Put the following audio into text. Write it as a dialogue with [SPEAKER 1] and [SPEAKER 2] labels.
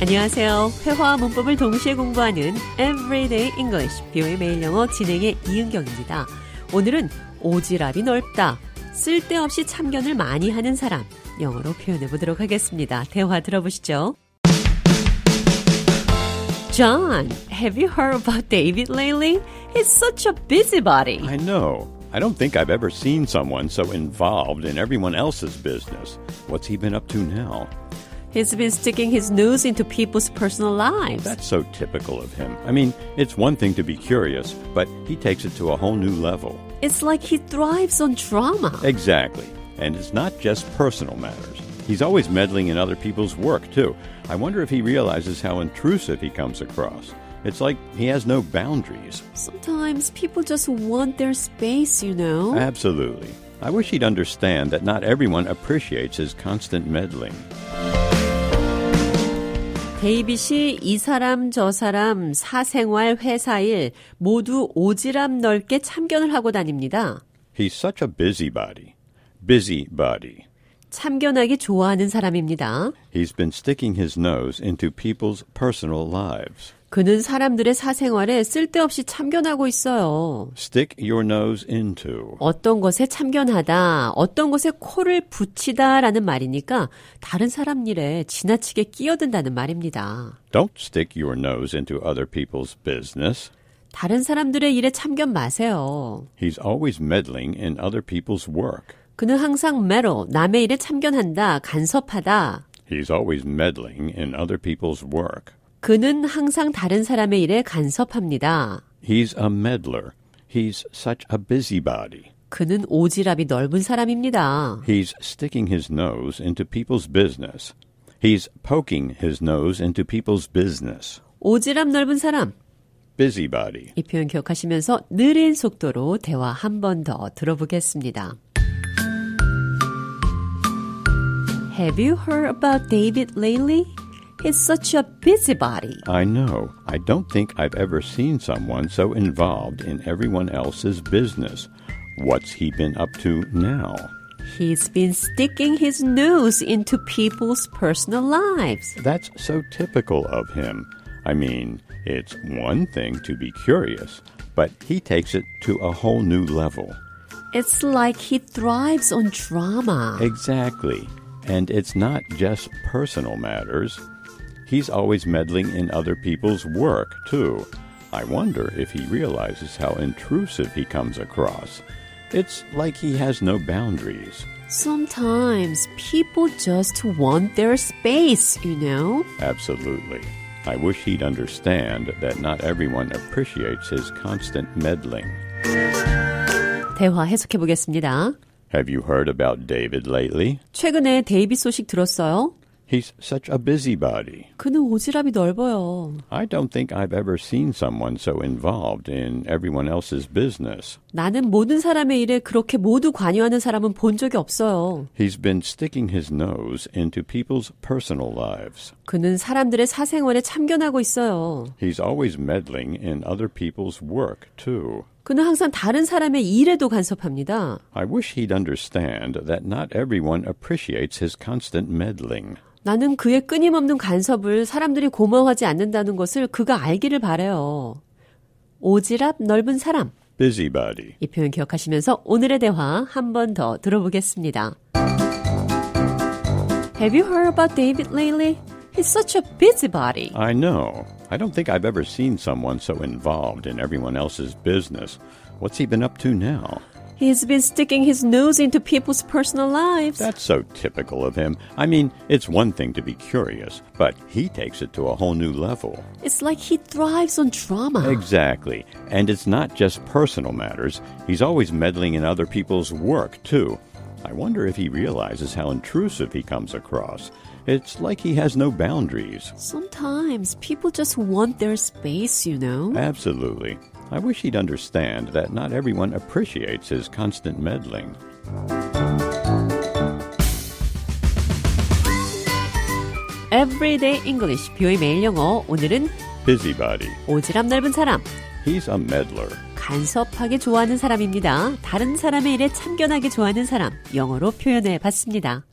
[SPEAKER 1] 안녕하세요. 회화와 문법을 동시에 공부하는 Everyday English, 비오의 매일 영어 진행의 이은경입니다. 오늘은 오지랖이 넓다, 쓸데없이 참견을 많이 하는 사람, 영어로 표현해 보도록 하겠습니다. 대화 들어보시죠. John, have you heard about David lately? He's such a busybody.
[SPEAKER 2] I know. I don't think I've ever seen someone so involved in everyone else's business. What's he been up to now?
[SPEAKER 1] He's been sticking his nose into people's personal lives.
[SPEAKER 2] That's so typical of him. I mean, it's one thing to be curious, but he takes it to a whole new level.
[SPEAKER 1] It's like he thrives on drama.
[SPEAKER 2] Exactly. And it's not just personal matters. He's always meddling in other people's work, too. I wonder if he realizes how intrusive he comes across. It's like he has no boundaries.
[SPEAKER 1] Sometimes people just want their space, you know.
[SPEAKER 2] 네. Absolutely. I wish he'd understand that not everyone appreciates his constant meddling.
[SPEAKER 1] 데이빗이 이 사람 저 사람 사생활 회사일 모두 오지랖 넓게 참견을 하고 다닙니다.
[SPEAKER 2] He's such a busybody. Busybody.
[SPEAKER 1] 참견하기 좋아하는 사람입니다.
[SPEAKER 2] He's been sticking his nose into people's personal lives.
[SPEAKER 1] 그는 사람들의 사생활에 쓸데없이 참견하고 있어요.
[SPEAKER 2] Stick your nose into.
[SPEAKER 1] 어떤 것에 참견하다, 어떤 것에 코를 붙이다라는 말이니까 다른 사람 일에 지나치게 끼어든다는 말입니다.
[SPEAKER 2] Don't stick your nose into other people's business.
[SPEAKER 1] 다른 사람들의 일에 참견 마세요.
[SPEAKER 2] He's always meddling in other people's work.
[SPEAKER 1] 그는 항상 매로 남의 일에 참견한다, 간섭하다.
[SPEAKER 2] He's always meddling in other people's work.
[SPEAKER 1] 그는 항상 다른 사람의 일에 간섭합니다.
[SPEAKER 2] He's a meddler. He's such a busybody.
[SPEAKER 1] 그는 오지랖이 넓은 사람입니다.
[SPEAKER 2] He's sticking his nose into people's business. He's poking his nose into people's business.
[SPEAKER 1] 오지랖 넓은 사람.
[SPEAKER 2] Busybody.
[SPEAKER 1] 이 표현 기억하시면서 느린 속도로 대화 한 번 더 들어보겠습니다. Have you heard about David lately? He's such a busybody.
[SPEAKER 2] I know. I don't think I've ever seen someone so involved in everyone else's business. What's he been up to now?
[SPEAKER 1] He's been sticking his nose into people's personal lives.
[SPEAKER 2] That's so typical of him. I mean, it's one thing to be curious, but he takes it to a whole new level.
[SPEAKER 1] It's like he thrives on drama.
[SPEAKER 2] Exactly. And it's not just personal matters. He's always meddling in other people's work, too. I wonder if he realizes how intrusive he comes across. It's like he has no boundaries.
[SPEAKER 1] Sometimes people just want their space, you know?
[SPEAKER 2] Absolutely. I wish he'd understand that not everyone appreciates his constant meddling.
[SPEAKER 1] 대화 해석해 보겠습니다.
[SPEAKER 2] Have you heard about David lately?
[SPEAKER 1] 최근에 데이비 소식 들었어요?
[SPEAKER 2] He's such a busybody.
[SPEAKER 1] 그는 오지랖이 넓어요.
[SPEAKER 2] I don't think I've ever seen someone so involved in everyone else's business.
[SPEAKER 1] 나는 모든 사람의 일에 그렇게 모두 관여하는 사람은 본 적이 없어요.
[SPEAKER 2] He's been sticking his nose into people's personal lives.
[SPEAKER 1] 그는 사람들의 사생활에 참견하고 있어요.
[SPEAKER 2] He's always meddling in other people's work, too.
[SPEAKER 1] 그는 항상 다른 사람의 일에도 간섭합니다.
[SPEAKER 2] I wish he'd understand that not everyone appreciates his constant meddling.
[SPEAKER 1] 나는 그의 끊임없는 간섭을 사람들이 고마워하지 않는다는 것을 그가 알기를 바래요. 오지랖 넓은 사람.
[SPEAKER 2] Busybody.
[SPEAKER 1] 이 표현 기억하시면서 오늘의 대화 한 번 더 들어보겠습니다. Have you heard about David lately? He's such a busybody.
[SPEAKER 2] I know. I don't think I've ever seen someone so involved in everyone else's business. What's he been up to now?
[SPEAKER 1] He's been sticking his nose into people's personal lives.
[SPEAKER 2] That's so typical of him. I mean, it's one thing to be curious, but he takes it to a whole new level.
[SPEAKER 1] It's like he thrives on drama.
[SPEAKER 2] Exactly. And it's not just personal matters, he's always meddling in other people's work, too. I wonder if he realizes how intrusive he comes across. It's like he has no boundaries.
[SPEAKER 1] Sometimes people just want their space, you know.
[SPEAKER 2] Absolutely. I wish he'd understand that not everyone appreciates his constant meddling.
[SPEAKER 1] Everyday English, 뷰의 매일 영어. 오늘은
[SPEAKER 2] Busybody.
[SPEAKER 1] 오지랖 넓은 사람,
[SPEAKER 2] He's a meddler.
[SPEAKER 1] 간섭하기 좋아하는 사람입니다. 다른 사람의 일에 참견하기 좋아하는 사람, 영어로 표현해 봤습니다.